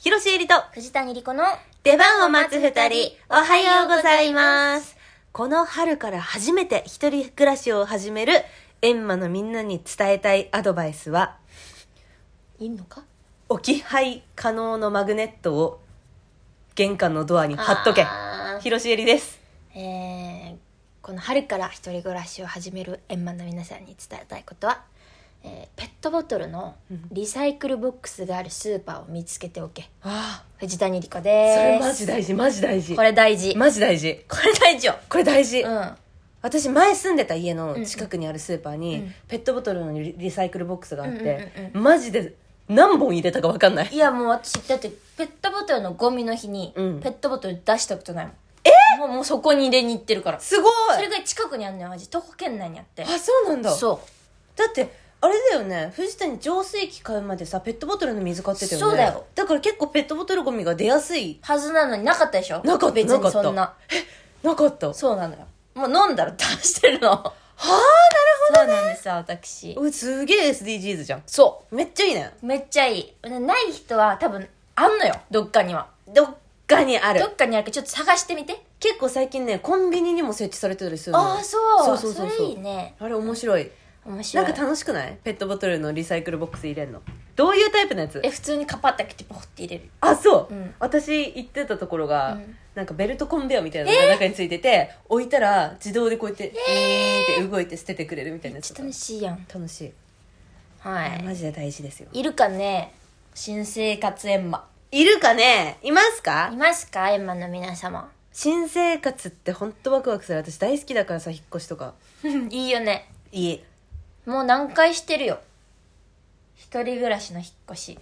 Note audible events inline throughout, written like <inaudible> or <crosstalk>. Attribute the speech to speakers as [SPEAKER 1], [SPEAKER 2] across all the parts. [SPEAKER 1] 広瀬えりと
[SPEAKER 2] 藤谷莉子の
[SPEAKER 1] 出番を待つ二人、おはようございます。この春から初めて一人暮らしを始めるエンマのみんなに伝えたいアドバイスは、
[SPEAKER 2] いんのか
[SPEAKER 1] 置き配可能のマグネットを玄関のドアに貼っとけ
[SPEAKER 2] あ。ー
[SPEAKER 1] 広瀬えりです。
[SPEAKER 2] えー、この春から一人暮らしを始める円満の皆さんに伝えたいことは、えーペットボトルのリサイクルボックスがあるスーパーを見つけておけ
[SPEAKER 1] あ
[SPEAKER 2] 藤谷莉子
[SPEAKER 1] あ、
[SPEAKER 2] です
[SPEAKER 1] それマジ大事、マジ大事。
[SPEAKER 2] これ大事、
[SPEAKER 1] マジ大事。
[SPEAKER 2] これ大事よ
[SPEAKER 1] これ大事。
[SPEAKER 2] うん
[SPEAKER 1] 私前住んでた家の近くにあるスーパーに、
[SPEAKER 2] うん
[SPEAKER 1] ペットボトルのリリサイクルボックスがあって、
[SPEAKER 2] うんうんうん
[SPEAKER 1] マジで何本入れたか分かんない
[SPEAKER 2] いやもう私だってペットボトルのゴミの日にペ
[SPEAKER 1] うん
[SPEAKER 2] ットボトル出したことないもん、えもうもうそこに入れに行ってるからそ
[SPEAKER 1] すごい
[SPEAKER 2] れが近くにあんのよマジ徒歩圏内にあって
[SPEAKER 1] あそうなんだ
[SPEAKER 2] そう
[SPEAKER 1] だってあれだよね藤田に浄水器買うまでさペットボトルの水買ってたよね
[SPEAKER 2] そうだよ
[SPEAKER 1] だから結構ペットボトルゴミが出やすい
[SPEAKER 2] はずなのになかったでしょ
[SPEAKER 1] なかった
[SPEAKER 2] 別
[SPEAKER 1] なか
[SPEAKER 2] に
[SPEAKER 1] った
[SPEAKER 2] そんな
[SPEAKER 1] なかった
[SPEAKER 2] そうなのよもう飲んだら出してるのはあなるほど、ね、そうなんですよ私
[SPEAKER 1] うすげえ SDGs じゃん
[SPEAKER 2] そ
[SPEAKER 1] めっちゃいいね
[SPEAKER 2] うめっちゃいいなない人は多分あんのよどっかには
[SPEAKER 1] どっかにある
[SPEAKER 2] どっかにあるからちょっと探してみて
[SPEAKER 1] 結構最近ねコンビニにも設置されてたりするの
[SPEAKER 2] ああそう
[SPEAKER 1] そうそうそうそう
[SPEAKER 2] それいいね
[SPEAKER 1] あれ面白い
[SPEAKER 2] 面白
[SPEAKER 1] ないんか楽しくないペットボトルのリサイクルボックス入れんのどういうタイプのやつ
[SPEAKER 2] え普通にカパッて開けてポッて入れる
[SPEAKER 1] あそう、
[SPEAKER 2] うん
[SPEAKER 1] 私行ってたところが、
[SPEAKER 2] うん
[SPEAKER 1] なんかベルトコンベアみたいなのが中についてて、置いたら自動でこうやって、えーって動いて捨ててくれるみたいな
[SPEAKER 2] め
[SPEAKER 1] や
[SPEAKER 2] っ
[SPEAKER 1] つ
[SPEAKER 2] ち
[SPEAKER 1] だっ
[SPEAKER 2] ゃ
[SPEAKER 1] た
[SPEAKER 2] 楽しいやん
[SPEAKER 1] 楽し、
[SPEAKER 2] はいい
[SPEAKER 1] マジで大事ですよ
[SPEAKER 2] いるかね新生活エンマ
[SPEAKER 1] いるかねいます
[SPEAKER 2] い
[SPEAKER 1] か
[SPEAKER 2] ますかエンマの皆様 <laughs>
[SPEAKER 1] 新生活ってほんとワクワクする私大好きだからさ引っ越しとか
[SPEAKER 2] いいよね
[SPEAKER 1] いい
[SPEAKER 2] もう何回してるよ一人暮らしの引っ越し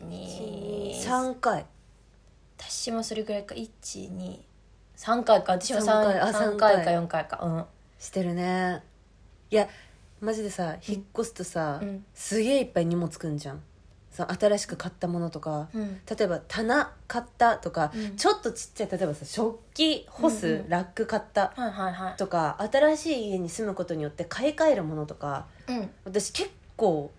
[SPEAKER 2] 123
[SPEAKER 1] 3回
[SPEAKER 2] 私もそれぐらいか123回か私も 3,
[SPEAKER 1] 三回あ
[SPEAKER 2] 3
[SPEAKER 1] 三
[SPEAKER 2] 回
[SPEAKER 1] 回
[SPEAKER 2] か4回かうん
[SPEAKER 1] してるねいやマジでさ引っ越すとさ、
[SPEAKER 2] うん
[SPEAKER 1] すげえいっぱい荷物くんじゃんその新しく買ったものとか、
[SPEAKER 2] うん
[SPEAKER 1] 例えば棚買ったとか、
[SPEAKER 2] うん
[SPEAKER 1] ちょっとちっちゃい例えばさ食器干す、
[SPEAKER 2] うんうん
[SPEAKER 1] ラック買った
[SPEAKER 2] はいはいはい
[SPEAKER 1] とか新しい家に住むことによって買い替えるものとか
[SPEAKER 2] うん
[SPEAKER 1] 私結構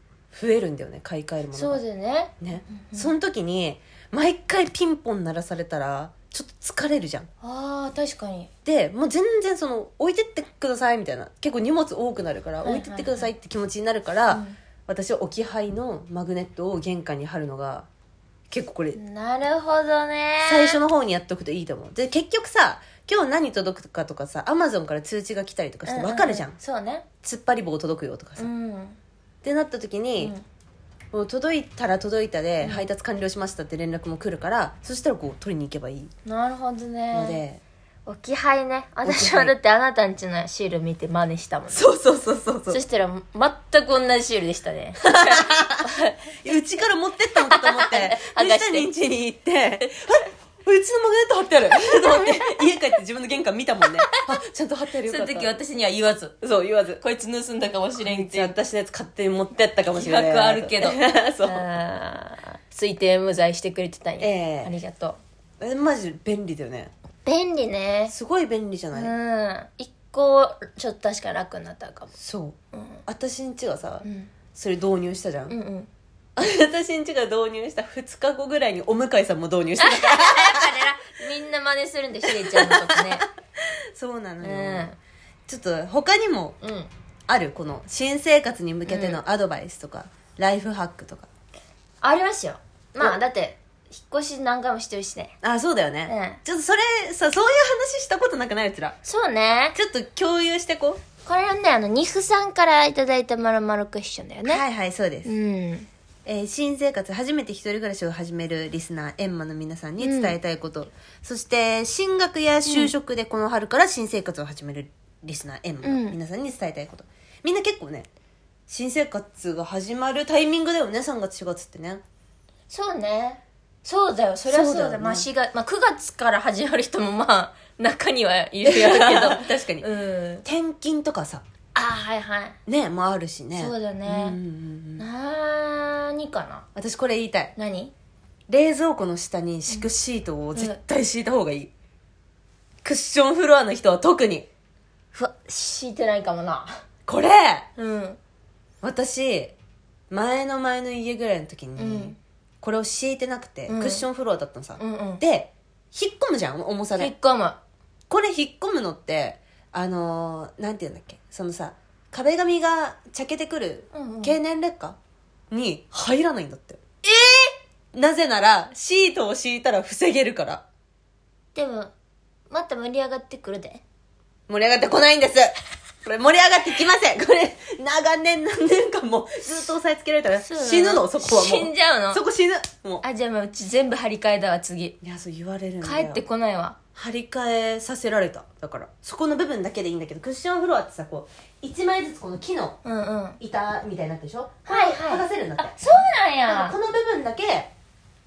[SPEAKER 1] 増えるんだよね買い替えるもの
[SPEAKER 2] そ
[SPEAKER 1] が
[SPEAKER 2] うだよね
[SPEAKER 1] ね
[SPEAKER 2] うんうん
[SPEAKER 1] その時に毎回ピンポン鳴らされたらちょっと疲れるじゃん
[SPEAKER 2] あー確かに
[SPEAKER 1] でもう全然その置いてってくださいみたいな結構荷物多くなるから、
[SPEAKER 2] はいはいはい
[SPEAKER 1] 置いてってくださいって気持ちになるから、私は置き配のマグネットを玄関に貼るのが結構これ
[SPEAKER 2] うんなるほどね
[SPEAKER 1] 最初の方にやっとくといいと思うで結局さ今日何届くかとかさアマゾンから通知が来たりとかして分かるじゃん、
[SPEAKER 2] ううそうね
[SPEAKER 1] 突っ張り棒届くよとかさ、
[SPEAKER 2] う
[SPEAKER 1] っ
[SPEAKER 2] ん、
[SPEAKER 1] てなった時に、
[SPEAKER 2] うん
[SPEAKER 1] もう届いたら届いたで
[SPEAKER 2] うん
[SPEAKER 1] 配達完了しましたって連絡も来るからそしたらこう取りに行けばいい
[SPEAKER 2] なるほ
[SPEAKER 1] ので、
[SPEAKER 2] どね置き配ね私はだってあなたんちのシール見て真似したもん
[SPEAKER 1] そうそうそうそうそ
[SPEAKER 2] そうしたら全く同じシールでしたね
[SPEAKER 1] うちから持ってったのかと思って
[SPEAKER 2] <laughs> 剥が
[SPEAKER 1] 藤
[SPEAKER 2] して
[SPEAKER 1] 谷ん家に行って「あうちのマグネット貼ってある」と思って家帰って自分の玄関見たもんねあちゃんと貼ってあるよ
[SPEAKER 2] そ
[SPEAKER 1] か
[SPEAKER 2] の
[SPEAKER 1] った
[SPEAKER 2] 時私には言わず
[SPEAKER 1] そう言わず
[SPEAKER 2] こいつ盗んだかもしれんっ
[SPEAKER 1] じ
[SPEAKER 2] て
[SPEAKER 1] ゃあ
[SPEAKER 2] う
[SPEAKER 1] 私のやつ勝手に持ってったかもしれない
[SPEAKER 2] 疑惑あるけど
[SPEAKER 1] <laughs> そう
[SPEAKER 2] あー推定無罪してくれてたんや、
[SPEAKER 1] ええ
[SPEAKER 2] ありがとう
[SPEAKER 1] えマジ便利だよね
[SPEAKER 2] 便利ね
[SPEAKER 1] すごい便利じゃ
[SPEAKER 2] う
[SPEAKER 1] ない、
[SPEAKER 2] ん一個ちょっと確かに楽になったかも、
[SPEAKER 1] そう
[SPEAKER 2] うん
[SPEAKER 1] 私んちがさ、
[SPEAKER 2] うん、
[SPEAKER 1] それ導入したじゃん、
[SPEAKER 2] うんうん
[SPEAKER 1] <laughs> 私んちが導入した2日後ぐらいにお向かいさんも導入したから
[SPEAKER 2] あれらみんな真似するんでしれちゃんのことね
[SPEAKER 1] <laughs> そうなの
[SPEAKER 2] <laughs> う
[SPEAKER 1] よ、
[SPEAKER 2] ん
[SPEAKER 1] ちょっと他にも
[SPEAKER 2] うん
[SPEAKER 1] あるこの新生活に向けてのアドバイスとか、ライフハックとか
[SPEAKER 2] ありますよまあ
[SPEAKER 1] お
[SPEAKER 2] だって引っ越し何回もしてるしね
[SPEAKER 1] あそうだよね、ちょっとそれさそういう話したことなくないうちら
[SPEAKER 2] そうね
[SPEAKER 1] ちょっと共有してこ
[SPEAKER 2] これはねあのニフさんからいただいたまるまるクッションだよ
[SPEAKER 1] う、
[SPEAKER 2] ね、
[SPEAKER 1] はいはいそうです、
[SPEAKER 2] うん
[SPEAKER 1] えー新生活初めて一人暮らしを始めるリスナーエンマの皆さんに伝えたいこと、そして進学や就職でこの春から新生活を始めるリスナーエンマの皆さんに伝えたいこと、みんな結構ね新生活が始まるタイミングだよね3月4月ってね
[SPEAKER 2] そうねそうだよそりゃそうだ
[SPEAKER 1] そうだよね
[SPEAKER 2] まあ4月、まあ、9月から始まる人もまあ <laughs> 中にはいるやろうけど
[SPEAKER 1] <laughs> 確かに、
[SPEAKER 2] うん
[SPEAKER 1] 転勤とかさ
[SPEAKER 2] ああはいはい
[SPEAKER 1] ねもあるしね
[SPEAKER 2] そうだね
[SPEAKER 1] うんうんうん
[SPEAKER 2] なーにかな
[SPEAKER 1] 私これ言いたい
[SPEAKER 2] 何
[SPEAKER 1] 冷蔵庫の下に敷くシートを絶対敷いた方がいい、クッションフロアの人は特に
[SPEAKER 2] ふわ敷いてないかもな
[SPEAKER 1] これ
[SPEAKER 2] うん
[SPEAKER 1] 私前の前の家ぐらいの時に、
[SPEAKER 2] うん
[SPEAKER 1] これを敷いてなくて、
[SPEAKER 2] うん
[SPEAKER 1] クッションフロアだったのさ、
[SPEAKER 2] うんうん
[SPEAKER 1] で引っ込むじゃん重さで
[SPEAKER 2] 引っ込む
[SPEAKER 1] これ引っ込むのってあのーなんていうんだっけそのさ壁紙がちゃけてくる
[SPEAKER 2] うんうん
[SPEAKER 1] 経年劣化、に入らないんだってえなぜならシートを敷いたら防げるから
[SPEAKER 2] でもまた盛り上がってくるで
[SPEAKER 1] 盛り上がってこないんですこれ盛り上がってきませんこれ長年何年間もずっと押さえつけられたら
[SPEAKER 2] そうなの
[SPEAKER 1] 死ぬのそこはもう
[SPEAKER 2] 死んじゃうの
[SPEAKER 1] そこ死ぬも
[SPEAKER 2] あじゃあもううち全部張り替えだわ次
[SPEAKER 1] ういやそう言われるんだ
[SPEAKER 2] 帰
[SPEAKER 1] よ
[SPEAKER 2] ってこないわ
[SPEAKER 1] 張り替えさせられただからそこの部分だけでいいんだけどクッションフロアってさこう1枚ずつこの木の
[SPEAKER 2] うんうんは
[SPEAKER 1] 板みたいになってるでしょ剥が
[SPEAKER 2] あ
[SPEAKER 1] せるんだって
[SPEAKER 2] そうなん
[SPEAKER 1] だからこ
[SPEAKER 2] や
[SPEAKER 1] の部分だけ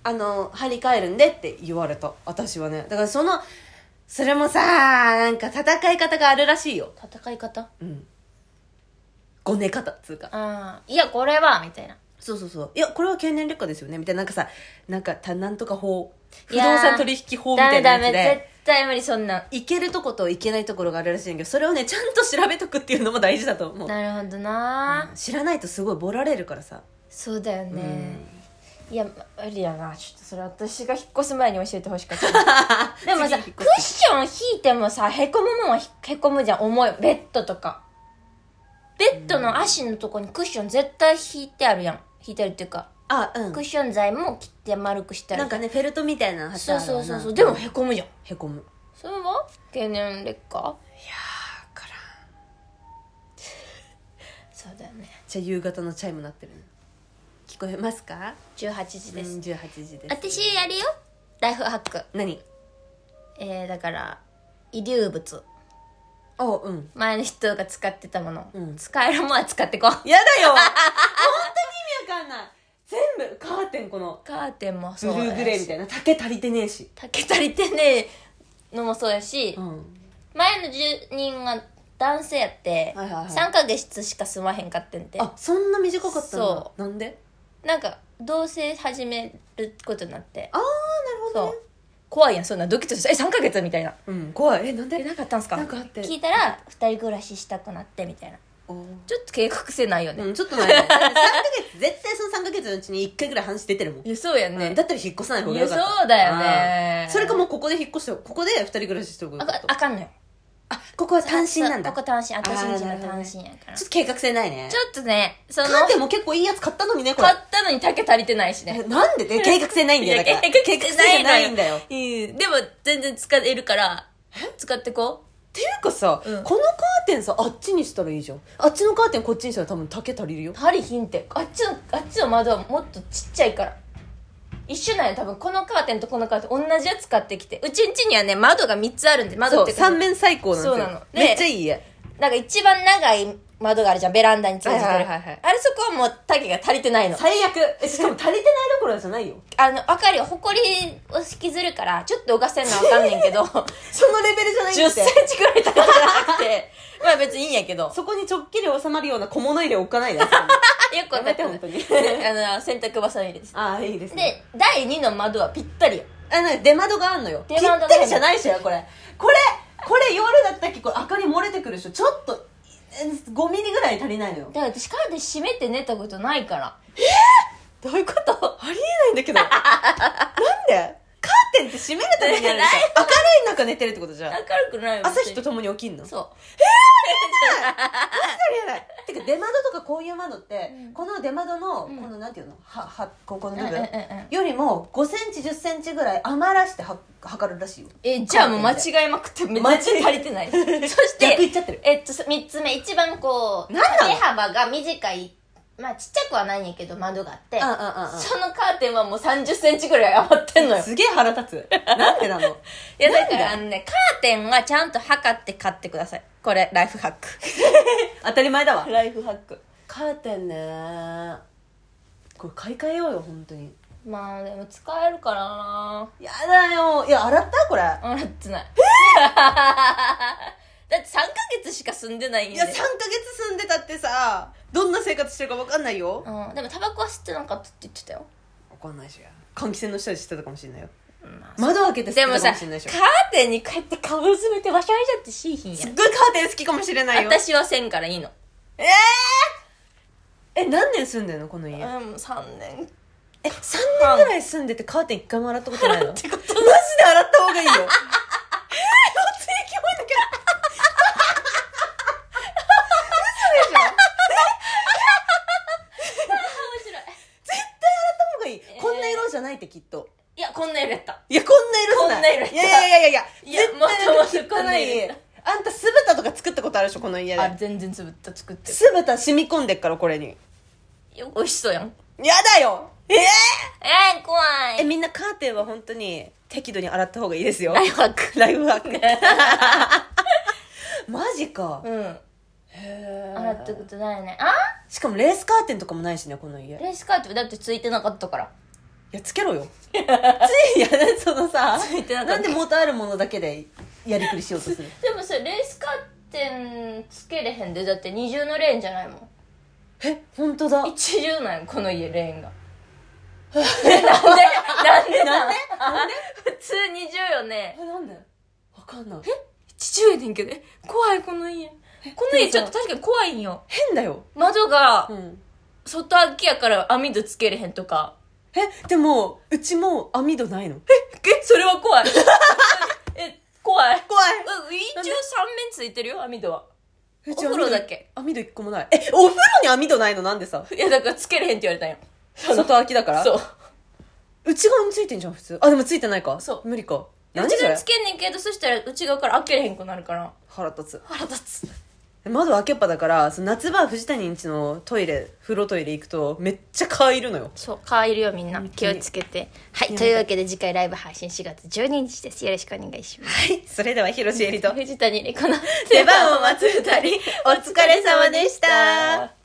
[SPEAKER 1] あの張り替えるんでって言われた私はねだからそのそれもさなんか戦い方があるらしいよ
[SPEAKER 2] 戦い方
[SPEAKER 1] うんごね方っつうか
[SPEAKER 2] ああいやこれはみたいな
[SPEAKER 1] そうそうそういやこれは経年劣化ですよねみたいななんかさなんかたなんとか法不
[SPEAKER 2] い
[SPEAKER 1] 動
[SPEAKER 2] やー
[SPEAKER 1] 産取引法み
[SPEAKER 2] ダ
[SPEAKER 1] た
[SPEAKER 2] メ
[SPEAKER 1] いな
[SPEAKER 2] ダ
[SPEAKER 1] やつ
[SPEAKER 2] メ
[SPEAKER 1] で
[SPEAKER 2] 絶対無理そんなん
[SPEAKER 1] いけるとこといけないところがあるらしいんだけどそれをねちゃんと調べとくっていうのも大事だと思う
[SPEAKER 2] なるほどな、
[SPEAKER 1] 知らないとすごいボラれるからさ
[SPEAKER 2] そうだよね、いや無理やなちょっとそれ私が引っ越す前に教えてほしかったでも
[SPEAKER 1] <laughs> 次引
[SPEAKER 2] さ
[SPEAKER 1] っ越す
[SPEAKER 2] クッション引いてもさへこむもんはへこむじゃん重いベッドとかベッドの足のとこにクッション絶対引いてあるやん引いてあるっていうか
[SPEAKER 1] あうん
[SPEAKER 2] クッション材も切って丸くしてある
[SPEAKER 1] なんかねフェルトみたいなの貼ってあ
[SPEAKER 2] そう
[SPEAKER 1] るわ
[SPEAKER 2] そ
[SPEAKER 1] な
[SPEAKER 2] うそうそうでもへこむじゃん
[SPEAKER 1] へこむ
[SPEAKER 2] それは経年劣化
[SPEAKER 1] から
[SPEAKER 2] そうだよね
[SPEAKER 1] じゃあ夕方のチャイム鳴ってるね聞こえますか
[SPEAKER 2] 18時
[SPEAKER 1] う
[SPEAKER 2] です、
[SPEAKER 1] ん18時です
[SPEAKER 2] 私あれよライフハック
[SPEAKER 1] 何
[SPEAKER 2] えー、だから遺留物
[SPEAKER 1] あうん
[SPEAKER 2] 前の人が使ってたもの、
[SPEAKER 1] うん
[SPEAKER 2] 使えるものは使ってこう
[SPEAKER 1] やだよ本当に意味わかんない全部カーテンこの
[SPEAKER 2] カーテンも
[SPEAKER 1] ブ
[SPEAKER 2] そ
[SPEAKER 1] ル
[SPEAKER 2] うだし
[SPEAKER 1] ーグレーみたいな竹足りてねえし
[SPEAKER 2] 竹足りてねえのもそうやし、
[SPEAKER 1] うん
[SPEAKER 2] 前の住人が男性やって、
[SPEAKER 1] はいはいはい
[SPEAKER 2] 3ヶ月しか住まへんかってんて
[SPEAKER 1] あそんな短かったんだ
[SPEAKER 2] そ
[SPEAKER 1] なんで
[SPEAKER 2] なんか同棲始めることになって
[SPEAKER 1] ああなるほど
[SPEAKER 2] そ
[SPEAKER 1] ね
[SPEAKER 2] う怖いやんそんなドキッとして「え3ヶ月?」みたいな
[SPEAKER 1] うん怖いえなん
[SPEAKER 2] 「え
[SPEAKER 1] で
[SPEAKER 2] なんかあったんすか?」
[SPEAKER 1] なんかあって
[SPEAKER 2] 聞いたら2人暮らししたくなってみたいな
[SPEAKER 1] おー
[SPEAKER 2] ちょっと計画性ないよね、
[SPEAKER 1] うんちょっ <laughs> と前ね3ヶ月絶対その3ヶ月のうちに1回ぐらい話出てるもん
[SPEAKER 2] いやそうやんね、
[SPEAKER 1] ね、だったら引っ越さない方がよかった
[SPEAKER 2] いやそうだよね
[SPEAKER 1] うんそれかもうここで引っ越してここで二人暮らししておく
[SPEAKER 2] あかあかんのよ
[SPEAKER 1] あここは単身なんだ
[SPEAKER 2] ここ
[SPEAKER 1] ちょ
[SPEAKER 2] 単身私んち
[SPEAKER 1] あーな
[SPEAKER 2] の
[SPEAKER 1] るほど
[SPEAKER 2] 単
[SPEAKER 1] ね
[SPEAKER 2] 身やから
[SPEAKER 1] っ
[SPEAKER 2] ちょ
[SPEAKER 1] と計画性ないね
[SPEAKER 2] っとねその
[SPEAKER 1] カーテンも結構いいやつ買ったのにねこれ
[SPEAKER 2] 買ったのに竹足りてないしね
[SPEAKER 1] えなんでね計画性ないんだよだから
[SPEAKER 2] いや計画性な
[SPEAKER 1] 計
[SPEAKER 2] いのよ
[SPEAKER 1] 画ないんだよっ
[SPEAKER 2] うんでも全然使えるから使ってこ
[SPEAKER 1] ていうかさ、
[SPEAKER 2] うん
[SPEAKER 1] このカーテンさあっちにしたらいいじゃんあっちのカーテンこっちにしたら多分竹足りるよ
[SPEAKER 2] うパリヒンってあっちのあっちの窓はもっとちっちゃいから一緒なんよ多分このカーテンとこのカーテン同じやつ買ってきてうちんちにはね窓が3つあるんで窓
[SPEAKER 1] そ
[SPEAKER 2] っ
[SPEAKER 1] う
[SPEAKER 2] ていうか
[SPEAKER 1] 三面最高なんですよ
[SPEAKER 2] そうなので
[SPEAKER 1] めっちゃいい家
[SPEAKER 2] なんか一番長い窓があるじゃんベランダに通じてる、
[SPEAKER 1] はいはいはいはい
[SPEAKER 2] あれそこはもう竹が足りてないの
[SPEAKER 1] 最悪えしかも足りてないどころじゃないよ
[SPEAKER 2] あの明かりはほこりを引きずるからちょっと動かせんのは分かんねん <laughs> けど
[SPEAKER 1] そのレベルじゃないんだ
[SPEAKER 2] 10
[SPEAKER 1] って
[SPEAKER 2] センチぐらい高くなく <laughs> て、まあ別にいいんやけど。
[SPEAKER 1] そこにちょっきり収まるような小物入れ置かないで
[SPEAKER 2] よくわ
[SPEAKER 1] や
[SPEAKER 2] か
[SPEAKER 1] め
[SPEAKER 2] って
[SPEAKER 1] て
[SPEAKER 2] る
[SPEAKER 1] 本当に
[SPEAKER 2] <laughs> あの、洗濯バサミです。
[SPEAKER 1] <laughs> ああいいですね
[SPEAKER 2] で、第2の窓はぴったりよ。
[SPEAKER 1] あなんか出窓があんのよ
[SPEAKER 2] 出窓があんの
[SPEAKER 1] ぴったりじゃないしよこれこれこれ夜だったっけこれ明かり漏れてくるでしょちょっと5ミリぐらい足りないのよ
[SPEAKER 2] だから私カーテン閉めて寝たことないから。
[SPEAKER 1] どういうことありえないんだけど <laughs> なんでカーテンって閉めるため <laughs> にあるでしょ明るい中寝てるってことじゃん
[SPEAKER 2] 明るくないよ
[SPEAKER 1] 朝日と
[SPEAKER 2] 別に
[SPEAKER 1] 共に起きんの
[SPEAKER 2] そ
[SPEAKER 1] あ
[SPEAKER 2] う。
[SPEAKER 1] りえないてか出窓とかこういう窓って、この出窓のこのなんていうのははここの部
[SPEAKER 2] うんうん
[SPEAKER 1] 分、
[SPEAKER 2] うんうん
[SPEAKER 1] よりも5センチ1 0センチぐらい余らしては測るらしいよ
[SPEAKER 2] え、じゃあもう間違えまくって、めっちゃ足りてない。そ <laughs> して、
[SPEAKER 1] 逆いっちゃってる
[SPEAKER 2] えっと、3つ目、一番こう、
[SPEAKER 1] なんなの
[SPEAKER 2] 手幅が短い、まあちっちゃくはないんやけど窓があって、
[SPEAKER 1] うんうんうんうん
[SPEAKER 2] そのカーテンはもう30センチぐらい余って <laughs> んのよ。
[SPEAKER 1] すげえ腹立 <laughs> つなんでなの
[SPEAKER 2] いや、
[SPEAKER 1] なん
[SPEAKER 2] だ
[SPEAKER 1] だ
[SPEAKER 2] からあのね、カーテンはちゃんと測って買ってください。これ、ライフハック。
[SPEAKER 1] 当たり前だわ
[SPEAKER 2] <laughs> ライフハック。
[SPEAKER 1] カーテンねこれ買い替えようよ本当に
[SPEAKER 2] まあ、でも使えるからな
[SPEAKER 1] やだよいや洗ったこれ
[SPEAKER 2] あらってない。 <laughs> だって3ヶ月しか住んでないんで。
[SPEAKER 1] いや3ヶ月住んでたってさどんな生活してるか分かんないよ
[SPEAKER 2] うん、でもタバコは吸ってなかったって言ってたよ。
[SPEAKER 1] 分かんないし換気扇の下で知ってたかもしれないよ
[SPEAKER 2] うんまあ
[SPEAKER 1] 窓開けて吸って
[SPEAKER 2] で
[SPEAKER 1] た
[SPEAKER 2] も
[SPEAKER 1] か
[SPEAKER 2] さ、
[SPEAKER 1] も
[SPEAKER 2] カ
[SPEAKER 1] し
[SPEAKER 2] ー
[SPEAKER 1] れないでしょ
[SPEAKER 2] テンに帰って顔うずめてわしゃいじゃってしいひんや
[SPEAKER 1] すっ
[SPEAKER 2] ん。
[SPEAKER 1] ごいカーテン好きかもしれないよ
[SPEAKER 2] 私はせんからいいの。
[SPEAKER 1] えええ何年住んでんのこの家
[SPEAKER 2] うん、3年。
[SPEAKER 1] え三3ぐらい住んでてカーテン一回も洗ったことない
[SPEAKER 2] <laughs>
[SPEAKER 1] のマジで
[SPEAKER 2] てこと
[SPEAKER 1] 洗った方がい
[SPEAKER 2] <laughs>
[SPEAKER 1] いよ嘘でしょ絶
[SPEAKER 2] 白い
[SPEAKER 1] 対洗った方がいい、こんな色じゃないってきっと
[SPEAKER 2] いやこんな色やった
[SPEAKER 1] いやこんな色じゃない
[SPEAKER 2] こんな色
[SPEAKER 1] いやいやいやいやいや
[SPEAKER 2] いや
[SPEAKER 1] 絶対
[SPEAKER 2] もっともっとこん
[SPEAKER 1] 汚
[SPEAKER 2] な色
[SPEAKER 1] いあんた酢豚とか作ったことあるでしょこの家
[SPEAKER 2] あ
[SPEAKER 1] で
[SPEAKER 2] 全然つぶった作って
[SPEAKER 1] 酢豚染み込んでっからこれに
[SPEAKER 2] るよ美味しそうやん
[SPEAKER 1] やだよえー
[SPEAKER 2] えー、怖
[SPEAKER 1] え
[SPEAKER 2] い
[SPEAKER 1] みんなカーテンは本当に適度に洗った方がいいですよ
[SPEAKER 2] ライフハック
[SPEAKER 1] ライフ
[SPEAKER 2] <laughs>
[SPEAKER 1] ワークマジか
[SPEAKER 2] うん
[SPEAKER 1] へー
[SPEAKER 2] 洗ったことないねあ
[SPEAKER 1] しかもレースカーテンとかもないしねこの家い
[SPEAKER 2] レースカートだってついてなかったから
[SPEAKER 1] やつけろよついやそのさ
[SPEAKER 2] ついてなかっ
[SPEAKER 1] な
[SPEAKER 2] た
[SPEAKER 1] んで元あるものだけでやりくりしようとする
[SPEAKER 2] でもさレースカーテンつけれへんでだって二重のレーンじゃないもん
[SPEAKER 1] え本当だ
[SPEAKER 2] 一重なんよこの家レーンがなんでなんでなんで普通二重よね
[SPEAKER 1] えなんでわかんない
[SPEAKER 2] 一重やねんけどえ怖いこの家この家ちょっと確かに怖いんよ
[SPEAKER 1] 変だよ、
[SPEAKER 2] 窓が
[SPEAKER 1] ん、
[SPEAKER 2] 外開きやから網戸つけれへんとか
[SPEAKER 1] えでもうちも網戸ないの
[SPEAKER 2] えそれは怖い <laughs> え怖い
[SPEAKER 1] 怖い
[SPEAKER 2] うん一応三面ついてるよ網戸は
[SPEAKER 1] う
[SPEAKER 2] お風呂だけ
[SPEAKER 1] 網戸一個もないえお風呂に網戸ないのなんで <laughs> さ
[SPEAKER 2] いやだからつけれへんって言われたんよ
[SPEAKER 1] 外空きだから
[SPEAKER 2] そう
[SPEAKER 1] うち側についてんじゃん普通あでもついてないか
[SPEAKER 2] そう
[SPEAKER 1] 無理か何
[SPEAKER 2] 内
[SPEAKER 1] そ
[SPEAKER 2] 側
[SPEAKER 1] れ
[SPEAKER 2] つけんねんけどそしたら内側から開けれへんくなるから
[SPEAKER 1] 腹立
[SPEAKER 2] 腹立つ
[SPEAKER 1] つ窓開けっぱだからその夏場藤谷んちのトイレ風呂トイレ行くとめっちゃ蚊いるのよ
[SPEAKER 2] そう顔いるよみんな気
[SPEAKER 1] 気
[SPEAKER 2] を
[SPEAKER 1] を
[SPEAKER 2] つ
[SPEAKER 1] つ
[SPEAKER 2] けてはい
[SPEAKER 1] に
[SPEAKER 2] というわけで次回ライブ配信4月12日ですよろしくお願いします
[SPEAKER 1] はいそれでは広瀬えりと
[SPEAKER 2] 藤谷莉子の
[SPEAKER 1] 出番を待つ二人お疲れ様でした